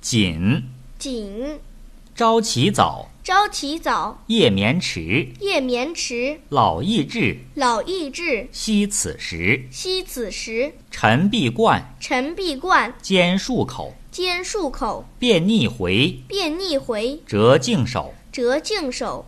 紧，紧，朝起早，朝起早，夜眠迟，夜眠迟，老易至，老易至，惜此时。惜此时。晨必贯，晨必贯，兼漱口，兼漱口，便逆回，便逆回，折净手。折净手。